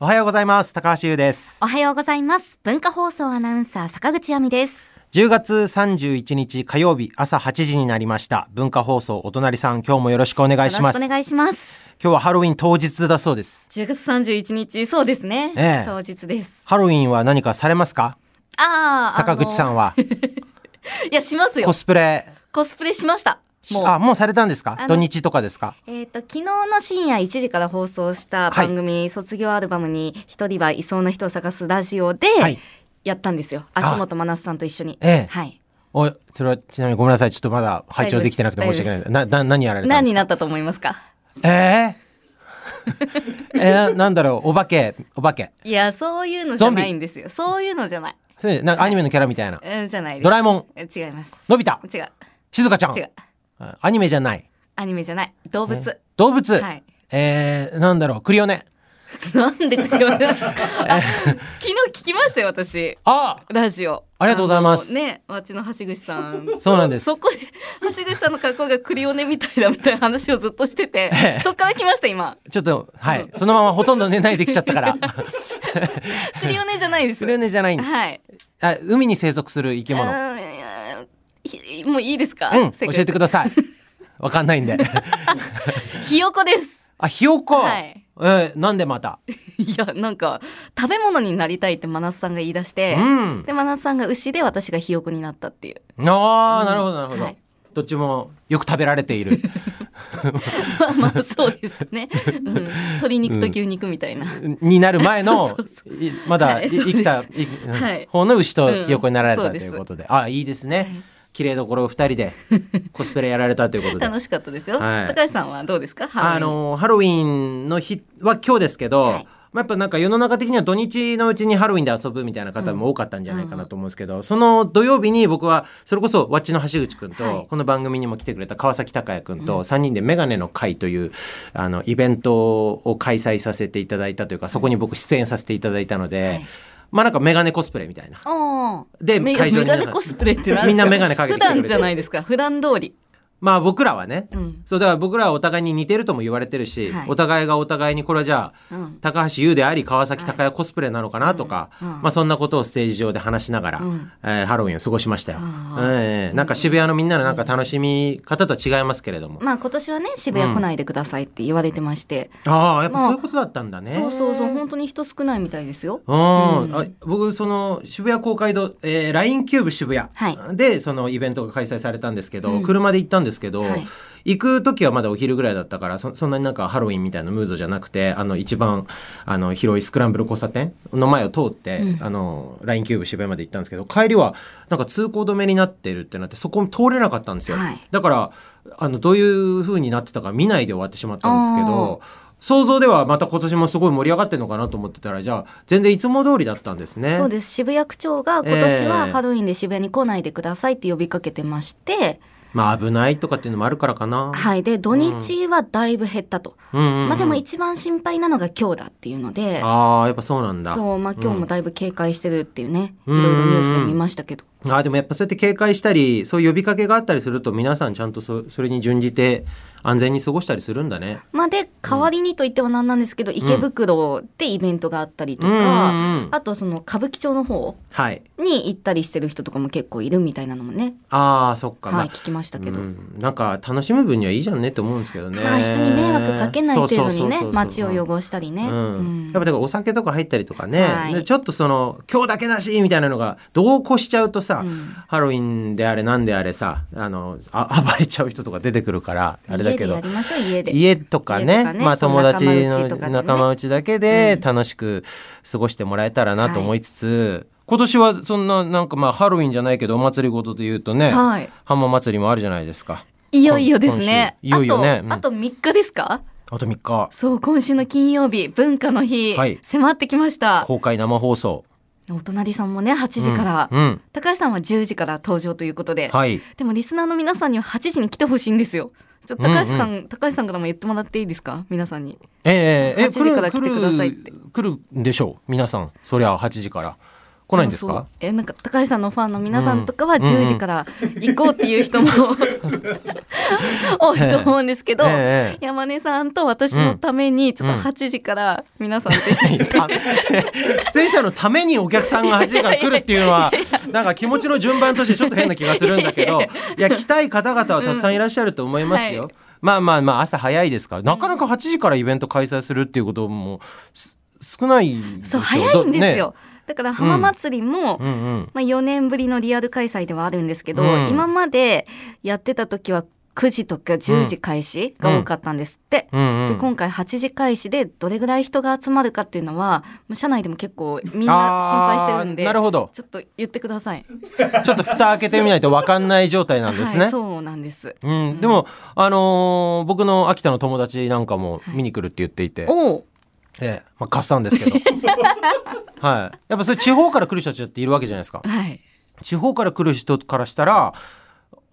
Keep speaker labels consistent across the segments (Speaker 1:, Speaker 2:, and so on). Speaker 1: おはようございます高橋優です
Speaker 2: おはようございます。文化放送アナウンサー坂口亜美です。
Speaker 1: 10月31日火曜日朝8時になりました文化放送お隣さん今日もよろしくお願いします
Speaker 2: よろしくお
Speaker 1: 今
Speaker 2: 願いします。
Speaker 1: 日はハロウィン当日だそうです
Speaker 2: 10月31日、そうですね。
Speaker 1: ええ
Speaker 2: 当日です。
Speaker 1: ハロウィンは何かされますか
Speaker 2: ああ、
Speaker 1: 坂口さ
Speaker 2: ん。
Speaker 1: ん はい
Speaker 2: や、しますよ
Speaker 1: コ。スプレ
Speaker 2: コスプレしました。
Speaker 1: し
Speaker 2: もう。
Speaker 1: あもうされたんですか
Speaker 2: あの
Speaker 1: 土日とかですか
Speaker 2: えっ、と、昨日の深夜1時から放送した番組、卒業アルバムに一人はいそうな人を探すラジオで
Speaker 1: はい、
Speaker 2: やったんですよ。
Speaker 1: あ
Speaker 2: 秋元真夏さんと一緒に。
Speaker 1: ええ
Speaker 2: はい。
Speaker 1: おそれはちなみにごめんなさいちょっとまだ拝聴できてなくて申し訳ない
Speaker 2: 大丈夫
Speaker 1: な
Speaker 2: で
Speaker 1: な何やられたん
Speaker 2: 何
Speaker 1: です
Speaker 2: に
Speaker 1: か
Speaker 2: なったと思いますか
Speaker 1: え ー、えーなんだろうお化けお化け
Speaker 2: いや、そういうのじゃないんですよ。そういうのじゃない。
Speaker 1: それなんかアニメのキャラみたいな
Speaker 2: うん、じゃないです。
Speaker 1: ドラえもん
Speaker 2: え違います。
Speaker 1: のび太
Speaker 2: 違う。
Speaker 1: 静香ちゃん
Speaker 2: 違う。
Speaker 1: あアニメじゃない
Speaker 2: アニメじゃない。動物。
Speaker 1: ね動物、
Speaker 2: はい
Speaker 1: えー、なんだろうクリオネ
Speaker 2: なんでこれなんですか。 あ昨日聞きましたよ、私。
Speaker 1: あ
Speaker 2: ラジオ。
Speaker 1: ありがとうございます
Speaker 2: あのね、町の橋口さん。
Speaker 1: そうなんです
Speaker 2: そこで、橋口さんの格好がクリオネみたいだみたいな話をずっとしてて
Speaker 1: ええ、
Speaker 2: そっから来ました、今。
Speaker 1: ちょっとはいそのままほとんど寝ないできちゃったから
Speaker 2: クリオネじゃないです。
Speaker 1: クリオネじゃないんだ
Speaker 2: はい。
Speaker 1: あ海に生息する生き
Speaker 2: う
Speaker 1: 物
Speaker 2: んいやひもういいですか
Speaker 1: うん
Speaker 2: せ
Speaker 1: 教
Speaker 2: っかく
Speaker 1: えてくださいわかんないん で
Speaker 2: ひよこです。
Speaker 1: あひよこ、
Speaker 2: はい
Speaker 1: えーなんでまた
Speaker 2: いや、なんか、食べ物になりたいって真夏さんが言い出して
Speaker 1: う、ん
Speaker 2: で、真夏さんが牛で私がひよこになったっていう。
Speaker 1: ああなるほどなるほど、
Speaker 2: はい
Speaker 1: どっちもよく食べられている
Speaker 2: まあまあそうですね、うん、鶏肉と牛肉みたいな、
Speaker 1: になる前の
Speaker 2: そうそ
Speaker 1: いまだ、
Speaker 2: はい
Speaker 1: い
Speaker 2: そうで
Speaker 1: 生
Speaker 2: す
Speaker 1: きたい
Speaker 2: はい
Speaker 1: 方の牛とひよこになられた、
Speaker 2: うんそう
Speaker 1: と
Speaker 2: です
Speaker 1: いうことであいいですね、綺麗どころを二人でコスプレやられたということで
Speaker 2: 楽しかったですよ、
Speaker 1: はい
Speaker 2: 高橋さんはどうですか
Speaker 1: あのハロウィンの日は今日ですけど、
Speaker 2: はい
Speaker 1: まあ、やっぱなんか世の中的には土日のうちにハロウィンで遊ぶみたいな方も多かったんじゃないかなと思うんですけど、その土曜日に僕はそれこそわっちの橋口くんと、
Speaker 2: はい
Speaker 1: この番組にも来てくれた川崎隆也くんと3人で「メガネの会」というあのイベントを開催させていただいたというかそこに僕出演させていただいたので、
Speaker 2: はい
Speaker 1: まあなんかメガネコスプレみたいな。
Speaker 2: お
Speaker 1: で
Speaker 2: メ
Speaker 1: 会場に
Speaker 2: メガネコスプレって何ですか
Speaker 1: みんなメガネかけて
Speaker 2: 普
Speaker 1: きてくれて
Speaker 2: 段じゃないですか普段通り
Speaker 1: まあ僕らはね、
Speaker 2: うん
Speaker 1: そうだから僕らはお互いに似てるとも言われてるし、
Speaker 2: はい
Speaker 1: お互いがお互いにこれはじゃあ、
Speaker 2: うん
Speaker 1: 高橋優であり川崎隆也コスプレなのかなとか、
Speaker 2: うんう
Speaker 1: ま
Speaker 2: ん
Speaker 1: あ、そんなことをステージ上で話しながら、
Speaker 2: うん
Speaker 1: えーハロウィンを過ごしましたよ。
Speaker 2: あー
Speaker 1: ええなんか渋谷のみんなのなんか楽しみ方とは違いますけれども、
Speaker 2: まあ今年はね渋谷来ないでくださいって言われてまして、
Speaker 1: ああやっぱ
Speaker 2: まあ
Speaker 1: そういうことだったんだね。
Speaker 2: そうそうそう本当に人少ないみたいですよ
Speaker 1: うん
Speaker 2: うん
Speaker 1: あ僕その渋谷公会堂、えー、LINE キューブ渋谷
Speaker 2: は
Speaker 1: でそのイベントが開催されたんですけど、
Speaker 2: うん
Speaker 1: 車で行ったんですけど、
Speaker 2: はい
Speaker 1: 行く時はまだお昼ぐらいだったからそそんなになんかハロウィンみたいなムードじゃなくてあの一番あの広いスクランブル交差点の前を通って、
Speaker 2: うん
Speaker 1: あの LINE キューブ渋谷まで行ったんですけど帰りはなんか通行止めになってるってなってそこ通れなかったんですよ、
Speaker 2: はい
Speaker 1: だからあのどういう風になってたか見ないで終わってしまったんですけ
Speaker 2: あ
Speaker 1: ど。想像ではまた今年もすごい盛り上がってるのかなと思ってたらじゃあ全然いつも通りだったんですね。
Speaker 2: そうです渋谷区長が今年は
Speaker 1: ええ
Speaker 2: ハロウィンで渋谷に来ないでくださいって呼びかけてまして、
Speaker 1: まあ危ないとかっていうのもあるからかな。
Speaker 2: はいで土日はだいぶ減ったと、
Speaker 1: うんうんうん
Speaker 2: まあでも一番心配なのが今日だっていうので
Speaker 1: ああやっぱそうなんだ。
Speaker 2: そうまあ今日もだいぶ警戒してるっていうね、
Speaker 1: うん
Speaker 2: いろいろニュースで見ましたけど、
Speaker 1: あーでもやっぱそうやって警戒したりそういう呼びかけがあったりすると皆さんちゃんとそそれに準じて安全に過ごしたりするんだね。
Speaker 2: まあで代わりにと言ってはなんなんですけど、池袋でイベントがあったりと
Speaker 1: うん
Speaker 2: か、
Speaker 1: うんうん
Speaker 2: あとその歌舞伎町の方
Speaker 1: はい。
Speaker 2: に行ったりしてる人とかも結構いるみたいなのもね、
Speaker 1: ああそっか。まあ
Speaker 2: はい、聞きましたけど、
Speaker 1: うんなんか楽しむ分にはいいじゃんねって思うんですけどね。
Speaker 2: まあ人に迷惑かけない程度
Speaker 1: そ
Speaker 2: に
Speaker 1: うそうそう
Speaker 2: ね
Speaker 1: そう
Speaker 2: 街を汚したりね、
Speaker 1: うん
Speaker 2: うん
Speaker 1: やっぱだからお酒とか入ったりとかね、
Speaker 2: はい
Speaker 1: でちょっとその今日だけなしみたいなのが同行しちゃうとさ、
Speaker 2: うん
Speaker 1: ハロウィンであれなんであれさあのあ 暴れちゃう人とか出てくるからあれだけ
Speaker 2: 家でや
Speaker 1: ど
Speaker 2: りましょう家で
Speaker 1: 家とか
Speaker 2: 家
Speaker 1: ね
Speaker 2: とかね
Speaker 1: まあ
Speaker 2: そう
Speaker 1: 友達
Speaker 2: 仲間
Speaker 1: の
Speaker 2: 内とかでね
Speaker 1: 仲間内だけで楽しく過ごしてもらえたらなと思いつつ、今年はそんななんかまあハロウィンじゃないけどお祭りごとで言うとね、
Speaker 2: はい
Speaker 1: 浜祭りもあるじゃないですか
Speaker 2: いよいよですね
Speaker 1: 今週いよいよねうん
Speaker 2: あとあと3日ですか
Speaker 1: あと3日
Speaker 2: そう今週の金曜日文化の日、
Speaker 1: はい
Speaker 2: 迫ってきました
Speaker 1: 公開生放送
Speaker 2: お隣さんもね8時から、
Speaker 1: うんうん
Speaker 2: 高橋さんは10時から登場ということで、
Speaker 1: はい
Speaker 2: でもリスナーの皆さんには8時に来てほしいんですよちょっと高橋さん、高橋さんからも言ってもらっていいですか皆さんに
Speaker 1: ええええ
Speaker 2: 8時から来てくださいって
Speaker 1: 来る来るんでしょう皆さんそりゃ8時から来ないんです
Speaker 2: もそ
Speaker 1: か
Speaker 2: うえなんか高橋さんのファンの皆さんとかは
Speaker 1: うん
Speaker 2: 10時から行こうっていう人も 多いと思うんですけど、
Speaker 1: ええ
Speaker 2: 山根さんと私のためにちょっと8時から 皆さんで、
Speaker 1: た出演者のためにお客さんが8時から来るっていうのはなんか気持ちの順番としてちょっと変な気がするんだけどいや来たい方々はたくさんいらっしゃると思いますよ。
Speaker 2: うんは
Speaker 1: まあまあまあ朝早いですからなかなか8時からイベント開催するっていうこともす少ないでし
Speaker 2: そ
Speaker 1: ょ
Speaker 2: う早いんですよ、
Speaker 1: どね
Speaker 2: だから浜祭りも、
Speaker 1: うんうん
Speaker 2: まあ、4年ぶりのリアル開催ではあるんですけど、
Speaker 1: うん
Speaker 2: 今までやってた時は9時とか10時開始が多かったんですって。
Speaker 1: うんう
Speaker 2: で
Speaker 1: ん
Speaker 2: 今回8時開始でどれぐらい人が集まるかっていうのはもう社内でも結構みんな心配してるん
Speaker 1: あー
Speaker 2: で
Speaker 1: なるほど
Speaker 2: ちょっと言ってください。
Speaker 1: ちょっと蓋開けてみないと分かんない状態なんですね。
Speaker 2: はい、そうなんです。
Speaker 1: うん、でも、あのー僕の秋田の友達なんかも見に来るって言っていて、
Speaker 2: おう
Speaker 1: ええ、まあ、貸したんですけど。はい。やっぱそれ地方から来る人たちだっているわけじゃないですか。
Speaker 2: はい
Speaker 1: 地方から来る人からしたら、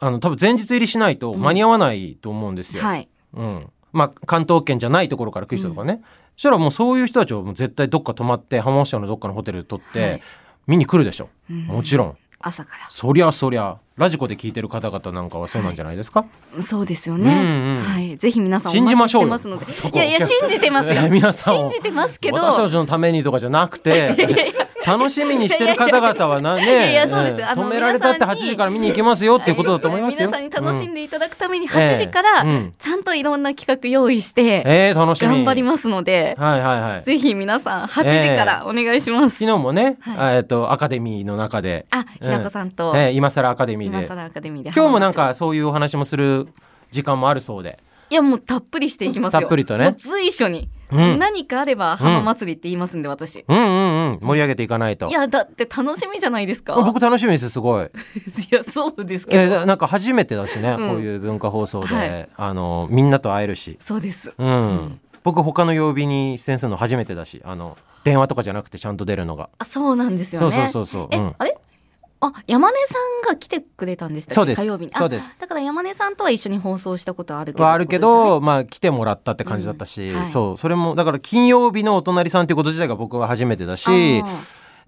Speaker 1: あの、多分前日入りしないと間に合わないと思うんですよ。
Speaker 2: はい
Speaker 1: うん。まあ、関東圏じゃないところから来る人とかね。そしたらもうそういう人たちをもう絶対どっか泊まって、浜松町のどっかのホテル取って、
Speaker 2: はい
Speaker 1: 見に来るでしょ。もちろん。
Speaker 2: 朝か
Speaker 1: そりゃそりゃ、ラジコで聞いてる方々なんかはそうなんじゃないですか。
Speaker 2: らそうですよ
Speaker 1: うん
Speaker 2: ね。
Speaker 1: うん
Speaker 2: はいぜひ皆さん
Speaker 1: 信じましょうよ
Speaker 2: お待ちてます
Speaker 1: そ
Speaker 2: の
Speaker 1: こ
Speaker 2: でいやいや信じてますよ。
Speaker 1: えー 皆さんを
Speaker 2: 信じてますけど。
Speaker 1: 私たちのためにとかじゃなく て楽しみにしてる方々はなね
Speaker 2: いやいやそうですよあの
Speaker 1: 止められたって8
Speaker 2: 皆さんに
Speaker 1: 時から見に行けますよっていうことだと思いますよ。
Speaker 2: 皆さんに楽しん
Speaker 1: で、
Speaker 2: でいただくために8時から
Speaker 1: ええうん
Speaker 2: ちゃんといろんな企画用意して
Speaker 1: えー、楽しみ
Speaker 2: 頑張りますので、
Speaker 1: はいはいはい
Speaker 2: ぜひ皆さん8時からお願いします。
Speaker 1: 昨日もね、
Speaker 2: は
Speaker 1: えっとアカデミーの中で、
Speaker 2: あ、ひなこさんと、
Speaker 1: えー、今更アカデミー
Speaker 2: 今
Speaker 1: で
Speaker 2: 更アカデミーで。
Speaker 1: 今日もなんかそういうお話もする時間もあるそうで
Speaker 2: いやもうたっぷりしていきますよ。
Speaker 1: たっぷりとね
Speaker 2: もう随所に、
Speaker 1: うん
Speaker 2: 何かあれば浜祭りって言いますんで私。
Speaker 1: うんうんうん盛り上げていかないと
Speaker 2: いやだって楽しみじゃないですか。
Speaker 1: 僕楽しみですすごい、
Speaker 2: いやそうです
Speaker 1: え
Speaker 2: けど。
Speaker 1: ーなんか初めてだしね、
Speaker 2: うん
Speaker 1: こういう文化放送で、
Speaker 2: はい
Speaker 1: あのみんなと会えるし
Speaker 2: そうです。
Speaker 1: うん、僕他の曜日に出演するの初めてだしあの電話とかじゃなくてちゃんと出るのが、
Speaker 2: あそうなんですよ
Speaker 1: そう
Speaker 2: ね。
Speaker 1: そうそうそう、う
Speaker 2: え
Speaker 1: ん、
Speaker 2: あれあ山根さんが来てくれたんでしたっけ
Speaker 1: そうです
Speaker 2: 火曜日にあ
Speaker 1: そうです
Speaker 2: だから山根さんとは一緒に放送したことはあるけど
Speaker 1: はあるけ
Speaker 2: ってこと
Speaker 1: ど、まあ来てもらったって感じだったし、
Speaker 2: うんはい
Speaker 1: そうそれもだから金曜日のお隣さんっていうこと自体が僕は初めてだし
Speaker 2: ですよね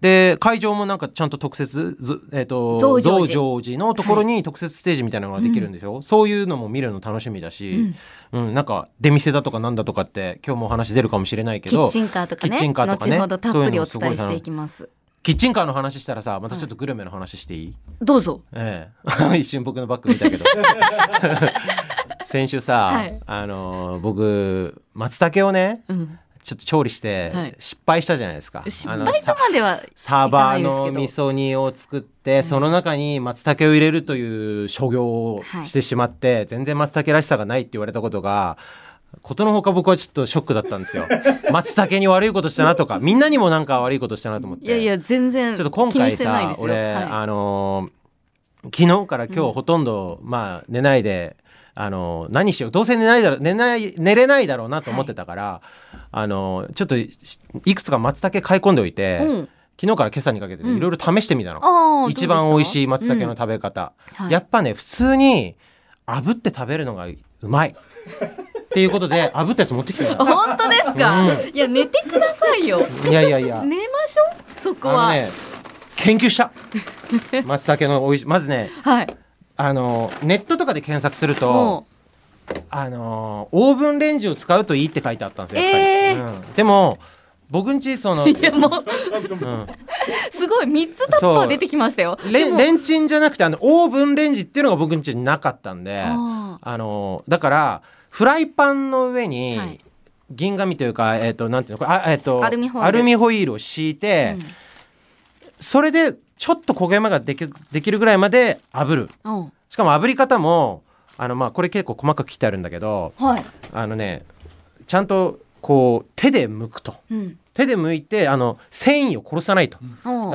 Speaker 1: で会場もなんかちゃんと特設ず、えっと
Speaker 2: 増上寺
Speaker 1: 上寺のところに特設ステージみたいなのができるんですよ、そういうのも見るの楽しみだし、うんなんか出店だとかなんだとかって今日もお話出るかもしれない
Speaker 2: あー
Speaker 1: け
Speaker 2: キ
Speaker 1: ど
Speaker 2: ッチンカーとかね
Speaker 1: キッチンカーとかね
Speaker 2: 後ほどたっぷりお
Speaker 1: そういうの
Speaker 2: 伝え
Speaker 1: す
Speaker 2: し
Speaker 1: ご
Speaker 2: て
Speaker 1: い
Speaker 2: いきます
Speaker 1: キッチンカーの話したらさまたちょっとグルメの話していい
Speaker 2: どうぞ
Speaker 1: ええ、一 瞬僕のバッグ見たけど 先週さ、
Speaker 2: はい
Speaker 1: あの僕松茸をね
Speaker 2: うん
Speaker 1: ちょっと調理して
Speaker 2: はい
Speaker 1: 失敗したじゃないですか、
Speaker 2: 失
Speaker 1: あ
Speaker 2: 敗
Speaker 1: の
Speaker 2: と
Speaker 1: さ
Speaker 2: までは
Speaker 1: サーバー
Speaker 2: いかな
Speaker 1: の
Speaker 2: いで
Speaker 1: 味
Speaker 2: す
Speaker 1: 噌煮を作って、その中に松茸を入れるという所業をしてしまって、全然松茸らしさがないって言われたことがことのほか僕はちょっとショックだったんですよ 松茸に悪いことしたなとかみんなにもなんか悪いことしたなと思って
Speaker 2: けどいやいや全然
Speaker 1: ちょっと今
Speaker 2: 気に
Speaker 1: 回
Speaker 2: してない
Speaker 1: さ
Speaker 2: ですよ
Speaker 1: 俺、
Speaker 2: は
Speaker 1: あのー昨日から今日ほとんど、まあ寝ないで、あのー何しようどうせ寝ないだろ寝ない寝れないだろうなと思ってたから、あのーちょっとしいくつか松茸買い込んでおいて、
Speaker 2: いうん
Speaker 1: 昨日から今朝にかけてねいろいろ試してみたの、
Speaker 2: あー
Speaker 1: 一番
Speaker 2: ど
Speaker 1: 美
Speaker 2: うで
Speaker 1: 味
Speaker 2: た
Speaker 1: しい松茸の食べ方、
Speaker 2: うんはい
Speaker 1: やっぱね普通に炙って食べるのがうまいっていうことで炙ったやつ持ってきてみ たの
Speaker 2: 本当ですかいや寝てくださいよ
Speaker 1: いやいやいや
Speaker 2: 寝ましょうそこは
Speaker 1: あのね研究した 松茸の美味しいまずね
Speaker 2: はい
Speaker 1: あのネットとかで検索すると
Speaker 2: も
Speaker 1: あのオーブンレンジを使うといいって書いてあったんですよやっぱり、
Speaker 2: え
Speaker 1: うんでも僕んちその、
Speaker 2: ういやもう
Speaker 1: うん
Speaker 2: すごい三つタッパー出てきましたよ
Speaker 1: レ
Speaker 2: で
Speaker 1: ン
Speaker 2: も
Speaker 1: レンチンじゃなくてあのオーブンレンジっていうのが僕んちになかったんで
Speaker 2: あ
Speaker 1: あのだからフライパンの上に、
Speaker 2: はい
Speaker 1: 銀紙というか、えっとなんていうのこれあ、えっと
Speaker 2: アルミホイル
Speaker 1: ホイルを敷いて、それでちょっと焦げ目ができできるぐらいまで炙る
Speaker 2: うん
Speaker 1: しかも炙り方もあの、まあ、これ結構細かく切ってあるんだけど
Speaker 2: はい
Speaker 1: あのねちゃんとこう手で剥くと
Speaker 2: うん
Speaker 1: 手で剥いてあの繊維を殺さないと、
Speaker 2: う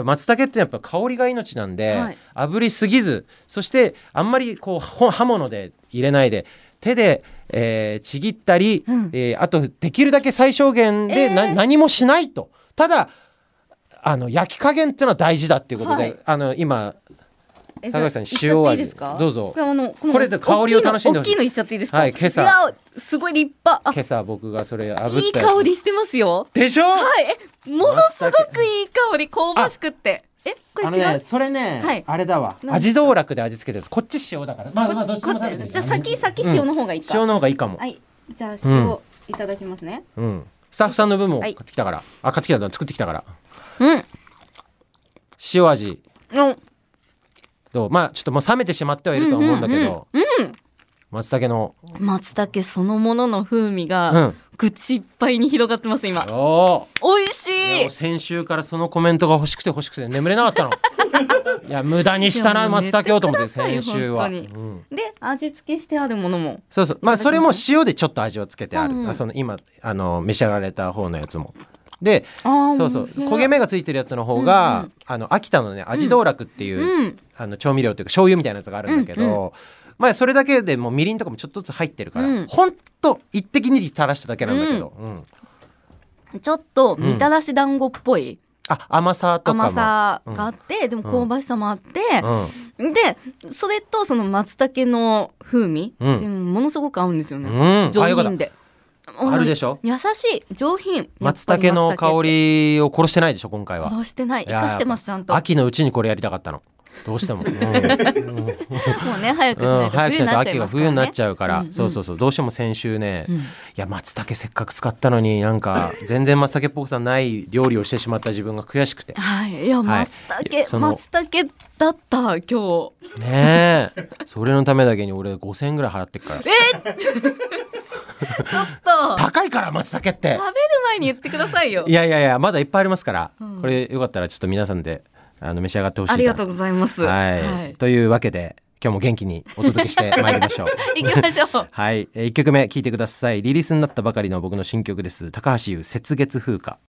Speaker 2: ん
Speaker 1: 松茸ってやっぱ香りが命なんで、
Speaker 2: はい
Speaker 1: 炙りすぎずそしてあんまりこうほ刃物で入れないで手で、えーちぎったり、
Speaker 2: うん
Speaker 1: えーあとできるだけ最小限でな、
Speaker 2: えー
Speaker 1: 何もしないとただあの焼き加減っていうのは大事だっていうことで、
Speaker 2: はい
Speaker 1: あの今
Speaker 2: え
Speaker 1: 坂口さん
Speaker 2: じゃあ
Speaker 1: 塩味
Speaker 2: いっちゃっていいですか
Speaker 1: どうぞ
Speaker 2: これあのこ
Speaker 1: これで香りを楽しんで
Speaker 2: 大
Speaker 1: ほしい
Speaker 2: きいの大きいのいっちゃっていいですか
Speaker 1: はい今朝
Speaker 2: うわすごい立派あ
Speaker 1: 今朝僕がそれ炙ったやつ
Speaker 2: いい香りしてますよ
Speaker 1: でしょ
Speaker 2: はいえものすごくいい香り香ばしくってえこれ
Speaker 1: あの
Speaker 2: 違
Speaker 1: ね
Speaker 2: う
Speaker 1: それね、
Speaker 2: はい
Speaker 1: あれだわ
Speaker 2: 何
Speaker 1: 味道楽で味付けですこっち塩だからまあまあ
Speaker 2: こ
Speaker 1: ど
Speaker 2: っ
Speaker 1: っ
Speaker 2: ち
Speaker 1: ち
Speaker 2: こ
Speaker 1: も食べてみ
Speaker 2: っち
Speaker 1: て
Speaker 2: じゃあ先先塩の方がいいか
Speaker 1: 塩の方がいいかも、
Speaker 2: はいじゃあ
Speaker 1: う
Speaker 2: 塩
Speaker 1: ん
Speaker 2: いただきますね
Speaker 1: うんスタッフさんの分も
Speaker 2: は
Speaker 1: 買っ
Speaker 2: い
Speaker 1: てきたから、あ買ってきたんだ作ってきたから
Speaker 2: うん
Speaker 1: 塩味
Speaker 2: うん
Speaker 1: どうまあちょっともう冷めてしまってはいるとは思うんだけどうん松茸の
Speaker 2: 松茸そのものの風味
Speaker 1: う
Speaker 2: が
Speaker 1: ん
Speaker 2: 口いっぱいに広がってます今
Speaker 1: おお
Speaker 2: 美味し
Speaker 1: ーいや
Speaker 2: い
Speaker 1: もう先週からそのコメントが欲しくて欲しくて眠れなか ったのいや無駄にした
Speaker 2: い
Speaker 1: な
Speaker 2: やもう寝
Speaker 1: 松
Speaker 2: て
Speaker 1: 茸をと思って
Speaker 2: ください
Speaker 1: 先週は、う
Speaker 2: 本当に
Speaker 1: ん、
Speaker 2: で味付けしてあるものも
Speaker 1: そうそうまあそれも塩でちょっと味をつけてある、
Speaker 2: うんうん
Speaker 1: あその今あの召し上がられた方のやつもで
Speaker 2: あー
Speaker 1: そうそう
Speaker 2: いや
Speaker 1: 焦げ目がついてるやつの方が、
Speaker 2: うんう
Speaker 1: あの秋田のね味道楽っていう、
Speaker 2: うん
Speaker 1: あの調味料というか醤油みたいなやつがあるんだけど、
Speaker 2: うん
Speaker 1: まあそれだけでもうみりんとかもちょっとずつ入ってるから、
Speaker 2: うん
Speaker 1: ほんと一滴に垂らしただけなんだけど、うん
Speaker 2: ちょっとみたらし団子っぽい
Speaker 1: あ甘さとかも
Speaker 2: 甘さがあって、でも香ばしさもあって、でそれとその松茸の風味って
Speaker 1: うん
Speaker 2: いうのもものすごく合うんですよね、
Speaker 1: うん、うん、あ
Speaker 2: 上
Speaker 1: よかっ
Speaker 2: 品
Speaker 1: た
Speaker 2: で
Speaker 1: あるでしょ
Speaker 2: 優しい上品
Speaker 1: 松茸の香りを殺してないでしょ今回は
Speaker 2: 殺してない
Speaker 1: い
Speaker 2: 生
Speaker 1: や
Speaker 2: かしてますちゃんとも
Speaker 1: 秋のうちにこれやりたかったのどうしても、うん
Speaker 2: うね早く
Speaker 1: う、
Speaker 2: しなんいと冬
Speaker 1: 早くし
Speaker 2: に
Speaker 1: ない
Speaker 2: な
Speaker 1: と秋
Speaker 2: っちゃい
Speaker 1: が
Speaker 2: ます
Speaker 1: 冬になっちゃうから、
Speaker 2: うんうん
Speaker 1: そうそうそうどうしても先週ね、
Speaker 2: うん
Speaker 1: いや松茸せっかく使ったのになんか全然松茸っぽくさない料理をしてしまった自分が悔しく て
Speaker 2: はいいや
Speaker 1: はい
Speaker 2: 松茸、
Speaker 1: いやその
Speaker 2: 松茸だった今日
Speaker 1: ねえそれのためだけに俺5,000円ぐらい払ってっから
Speaker 2: と食
Speaker 1: 高いから松茸って
Speaker 2: べる前に言ってくださいよ
Speaker 1: いやいやいやまだいっぱいありますから、
Speaker 2: うん
Speaker 1: これよかったらちょっと皆さんであの召し上がってほしい
Speaker 2: ありがとう
Speaker 1: う
Speaker 2: ございます
Speaker 1: はい、というわけで今日も元気にお届けしてまいりま しょう
Speaker 2: 行きましょう
Speaker 1: はい、え1曲目聴いてくださいリリースになったばかりの僕の新曲です高橋優「雪月風花」